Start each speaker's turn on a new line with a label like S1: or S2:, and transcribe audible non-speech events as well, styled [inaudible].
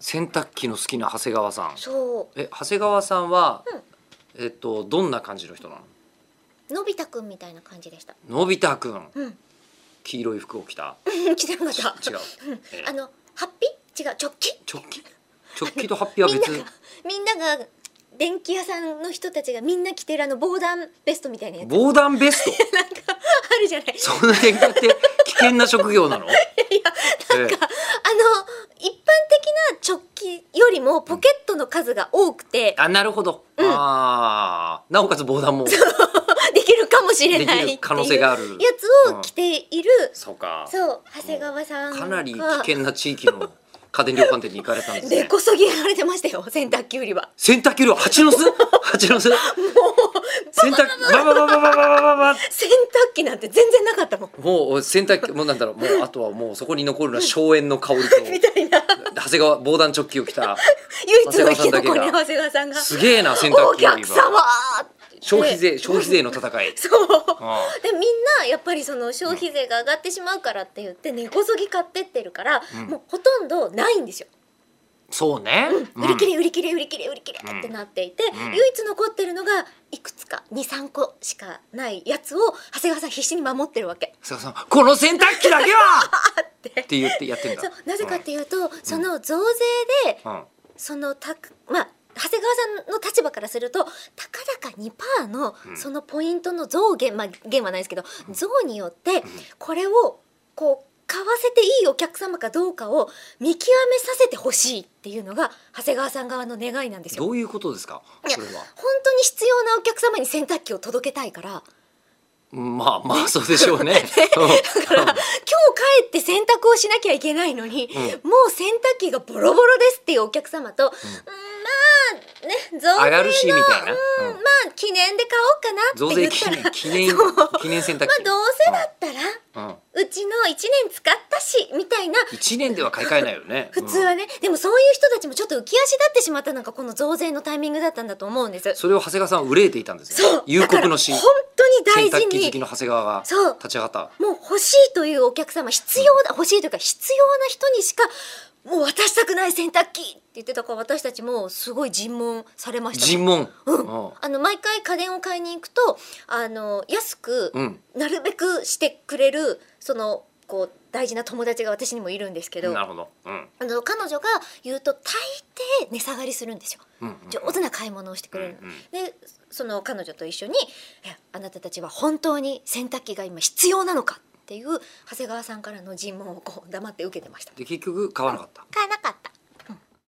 S1: 洗濯機の好きな長谷川さん
S2: そ
S1: え長谷川さんは、
S2: うん
S1: えっとどんな感じの人な
S2: うのび太くんみたいな感じ
S1: [laughs]
S2: でした
S1: ののび太くん
S2: うん
S1: 黄色い服を着た
S2: 来てなかっ
S1: ち
S2: た
S1: 違う、えー
S2: あのハッピー違う直帰
S1: 直帰直帰とハッピーは
S2: みんな
S1: 別
S2: がみんなが電気屋さんの人たちがみんな着てるあの防弾ベストみたいなやつ
S1: 防弾ベスト
S2: あるじゃない
S1: そんな電気って危険な職業なのええ
S2: あの一般的な直帰よりもポケットの数が多くて、
S1: あなるほど、
S2: うん
S1: あーなおかつ防弾もで
S2: できるかもしれ
S1: き
S2: ない
S1: る可能性がある
S2: っていうやつを着ている、
S1: そうか
S2: そう長谷川さんが
S1: かなり危険な地域の家電量販店に行かれたんです
S2: 根
S1: ね
S2: こそぎやられてましたよ洗濯機売りは
S1: 洗濯機量蜂の巣蜂の巣洗濯バババババババババ
S2: 洗濯機なんて全然なかったもん
S1: もう洗濯機もうなんだろうもうあとはもうそこに残るのは荘園の香りと
S2: [laughs] みたいな
S1: 長谷川防弾チョッキを着た
S2: 唯一の生き
S1: 長谷川さんだけ
S2: 残
S1: が
S2: りの長谷川さんが
S1: すげえな洗
S2: お
S1: 濯機より
S2: 客様
S1: は
S2: って
S1: 消費税消費税の戦い
S2: そう
S1: あ
S2: でみんなやっぱりその消費税が上がってしまうからって言って根こそぎ買ってってるから、
S1: うん
S2: もうほとんどないんですよ、
S1: そうね、うん
S2: 売り切れ売り切れ売り切れ売り切れってなっていて、
S1: うん
S2: 唯一残ってるのがいくつか23個しかないやつを長谷川さん必死に守ってるわけ
S1: 長谷川さんこの洗濯機だけ
S2: [laughs]
S1: はって言ってやってんだ
S2: そうなぜかっていうと、その増税で
S1: うんうん
S2: そのたくまあ長谷川さんの立場からするとたかだか2%の
S1: うん
S2: そのポイントの増減、まあ減はないですけど増によってこれをこう買わせていいお客様かどうかを見極めさせてほしいっていうのが長谷川さん側の願いなんですよ。
S1: どういうことですか
S2: いや
S1: それは
S2: 本当に必要なお客様に洗濯機を届けたいから
S1: まあまあそうでしょうね
S2: だから [laughs] 今日帰って洗濯をしなきゃいけないのに、
S1: うん
S2: もう洗濯機がボロボロですっていうお客様と、うん、まあね増
S1: 上が
S2: 税
S1: るしみたいな、
S2: [laughs] うん
S1: うん
S2: まあ記念で買おう
S1: 増
S2: かなって言
S1: 税
S2: っ
S1: 記
S2: たら
S1: 念記念
S2: そうまあ
S1: 記念洗濯機、
S2: どうせだったら
S1: うん
S2: うちの1年使ったしみたいな
S1: 一年では買い替えないよね
S2: 普通
S1: うん
S2: はね、でもそういう人たちもちょっと浮き足立ってしまったのがこの増税のタイミングだったんだと思うんです。
S1: それを長谷川さんは憂えていたんです
S2: そう
S1: よ夕刻の
S2: [laughs]
S1: 死
S2: だから本当
S1: 洗
S2: に大事
S1: 濯機好き
S2: に
S1: の長谷川が
S2: そう
S1: 立ち上がった
S2: もう欲しいというお客様必要だ、欲しいというか必要な人にしかもう渡したくない洗濯機って言ってたから私たちもすごい尋問されましたもん
S1: 尋問
S2: うん
S1: うん
S2: あの毎回家電を買いに行くとあの安く
S1: うん
S2: なるべくしてくれるそのこう大事な友達が私にもいるんですけど
S1: なるほどうん
S2: あの彼女が言うと大抵値下がりするんですよ
S1: うんうん
S2: 上手な買い物をしてくれるの。
S1: うんうん
S2: でその彼女と一緒に「えあなたたちは本当に洗濯機が今必要なのか?」っていう長谷川さんからの尋問をこう黙って受けてました。
S1: で結局買わなかった
S2: 買えなかっ